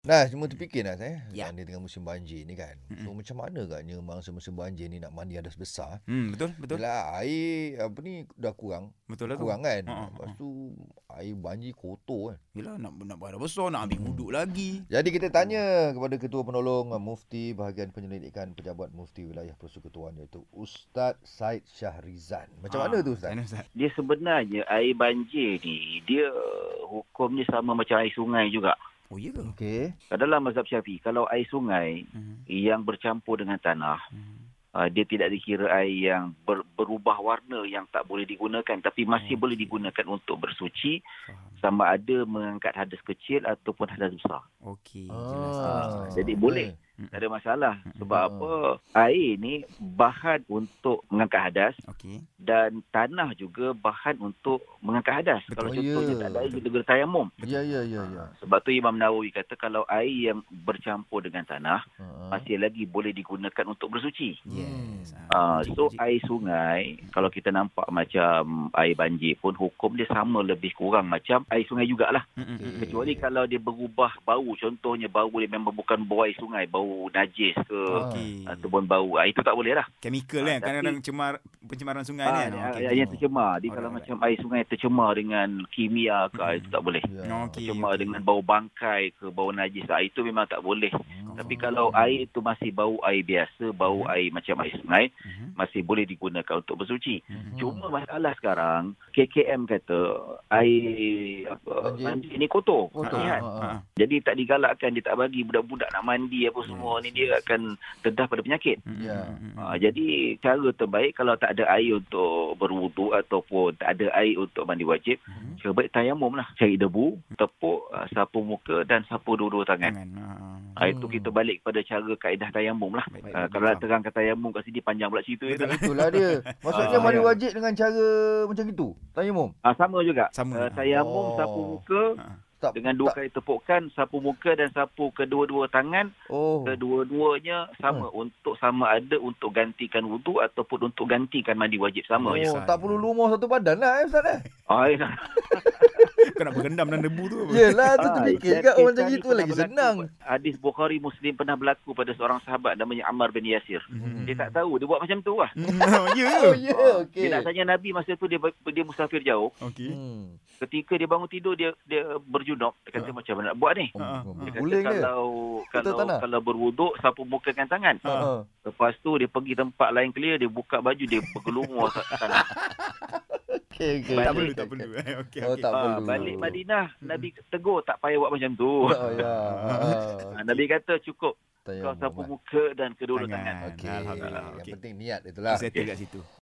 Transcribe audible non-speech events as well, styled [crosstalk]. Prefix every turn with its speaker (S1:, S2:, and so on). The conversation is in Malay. S1: Dah cuma terfikir Nas eh
S2: Ya.
S1: Kerana dengan musim banjir ni kan
S2: Mm-mm.
S1: So macam mana agaknya Mangsa musim banjir ni nak mandi hadas besar
S2: Hmm, betul, betul.
S1: Yelah air apa ni dah kurang
S2: Betul lah tu.
S1: Kurang kan
S2: Ha, ha, ha.
S1: Lepas tu air banjir kotor kan
S2: Yelah nak nak berada besar, nak ambil wuduk lagi.
S1: Jadi kita tanya kepada Ketua Penolong uh, Mufti Bahagian Penyelidikan Pejabat Mufti Wilayah Persekutuan iaitu Ustaz Said Syahrizan. Macam
S2: Ah,
S1: mana tu Ustaz?
S2: Macam mana Ustaz?
S3: Dia sebenarnya air banjir ni, dia hukum dia sama macam air sungai juga.
S2: Oh, ya ke?
S1: Okey.
S3: Dalam mazhab syafi'i, kalau air sungai
S2: Hmm.
S3: yang bercampur dengan tanah,
S2: Hmm.
S3: uh, dia tidak dikira air yang ber, berubah warna yang tak boleh digunakan tapi masih
S2: Okey.
S3: boleh digunakan untuk bersuci
S2: Faham.
S3: sama ada mengangkat hadas kecil ataupun hadas besar.
S2: Okey,
S1: Ah.
S2: jelas. jelas, jelas.
S3: Jadi
S1: okey.
S3: boleh.
S2: Mm-mm.
S3: Tak ada masalah sebab
S1: Ah.
S3: apa air ni bahan untuk mengangkat hadas
S2: Okey.
S3: dan tanah juga bahan untuk mengangkat hadas.
S2: Betul.
S3: Kalau
S1: Oh,
S3: contohnya
S1: ya.
S3: tak ada air kita guna tayamum.
S1: Ya ya ya ya.
S3: Sebab tu Imam Nawawi kata kalau air yang bercampur dengan tanah
S1: Ha, ha.
S3: masih lagi boleh digunakan untuk bersuci.
S1: Hmm.
S2: Yes. Ah,
S3: Uh,
S2: Cik,
S3: so
S2: cik.
S3: air sungai kalau kita nampak macam air banjir pun hukum dia sama lebih kurang macam air sungai jugalah.
S2: Mm-mm,
S1: Okey.
S2: mm-mm.
S3: Kecuali kalau dia berubah bau contohnya bau dia memang bukan bau air sungai, bau najis ke
S1: Ah.
S2: Okey.
S3: ataupun bau ah, itu tak boleh lah.
S2: Chemical
S3: Ah,
S2: kan
S3: tapi-
S2: kadang-kadang cemar pencemaran sungai
S3: Ah,
S2: kan.
S3: ah,
S2: Okey,
S3: yang
S2: okey.
S3: tercemar. Dia
S2: Alright,
S3: kalau
S2: alright.
S3: macam air sungai tercemar dengan kimia ke ah, itu tak boleh.
S1: Ya.
S2: Hmm, Okey,
S3: Tercemar
S2: okey.
S3: dengan bau bangkai ke bau najis ah, itu memang tak boleh.
S1: Hmm.
S3: Tapi kalau air itu masih bau air biasa, bau air macam air sungai,
S2: Mhm.
S3: masih boleh digunakan untuk
S1: Hmm.
S3: bersuci.
S2: Mhm.
S3: Cuma masalah sekarang, KKM kata air apa,
S1: Banjir.
S3: banjir ni kotor.
S1: Kotor.
S3: Tak sihat.
S1: Ha, ha.
S2: Ah, ah.
S3: Jadi tak digalakkan, dia tak bagi budak-budak nak mandi
S1: Hmm.
S3: apa semua
S2: Yes,
S3: ni, dia
S2: yes.
S3: akan terdah pada penyakit.
S2: Mm-mm,
S1: Ya.
S2: mm-mm.
S3: Ha, jadi cara terbaik kalau tak ada air untuk berwuduk ataupun tak ada air untuk mandi wajib,
S2: Mhm.
S3: cara baik tayamum lah. Cari debu, tepuk, ah, sapu muka dan sapu dua-dua tangan.
S2: Tangan. Ah, ah.
S3: Ha, itu
S1: Hmm.
S3: kita balik kepada cara kaedah tayamum lah.
S2: Baik,
S3: Ha,
S2: baik,
S3: kalau nak
S2: faham.
S3: terangkan tayamum kat sini panjang pula cerita.
S2: Betul.
S3: Betul.
S1: Itulah dia. Maksudnya
S2: Ah,
S1: mandi
S3: ya.
S1: wajib dengan cara macam itu. Tanya mum.
S3: Ha, sama juga.
S2: Sama. lah.
S3: Uh, tayamum,
S1: Oh. Ah.
S3: oh. sapu muka
S1: Tak
S3: dengan dua
S1: tak-
S3: kali tepukan, sapu muka dan sapu kedua-dua tangan.
S1: Oh. Hmm.
S3: Kedua-duanya sama untuk sama ada untuk gantikan wudu ataupun untuk gantikan mandi wajib
S1: oh,
S3: sama je.
S1: tak perlu lumah satu badan lah eh Ustaz
S2: [laughs]
S1: eh.
S3: Ah, ya.
S2: Kau nak bergendam dalam debu tu apa?
S1: Yelah tu
S3: Ah,
S1: terfikir
S3: dan
S1: juga
S3: kisah
S1: macam
S3: ni
S1: itu
S3: pernah
S1: lagi
S3: berlaku.
S1: senang.
S3: Hadis Bukhari Muslim pernah berlaku pada seorang sahabat namanya Ammar bin Yasir.
S2: Mhm.
S3: Dia
S2: [laughs]
S3: tak tahu, dia buat macam tu lah.
S2: Mm, Ya.
S1: [laughs] Oh Hmm. ya
S3: Ah,
S1: okey.
S3: Dia nak tanya Nabi masa tu dia dia musafir jauh.
S2: Okey.
S1: Hmm.
S3: Ketika dia bangun tidur dia dia berjunub. Dia kata
S1: Ya.
S2: Ah.
S3: macam mana nak buat ni?
S1: Oh,
S2: Ah, ah.
S3: Dia kata
S1: Guling dia.
S3: kalau kalau
S1: tanah.
S3: kalau berwuduk sapu muka dengan tangan.
S2: Ah.
S1: Ha.
S3: Lepas tu dia pergi tempat lain clear, dia buka baju, dia bergelumur
S1: [laughs]
S3: kat sana.
S1: Okey okey.
S2: Tak
S3: Balik.
S2: perlu, tak perlu. [laughs] Eh, Okey,
S1: Oh,
S2: okey.
S1: tak
S3: Ha,
S1: perlu. Hmm.
S3: balik Madinah, Nabi tegur tak payah buat macam tu.
S1: Oh
S2: [laughs]
S1: ya.
S3: Ha, Nabi kata cukup
S1: Tanya
S3: kau sapu
S1: Ya, Muhammad.
S3: muka dan kedua-dua
S2: Tangan.
S3: tangan.
S1: Okey.
S2: Ah, Alhamdulillah,
S1: Yang
S2: okey.
S1: penting niat itulah.
S2: Settle kat situ.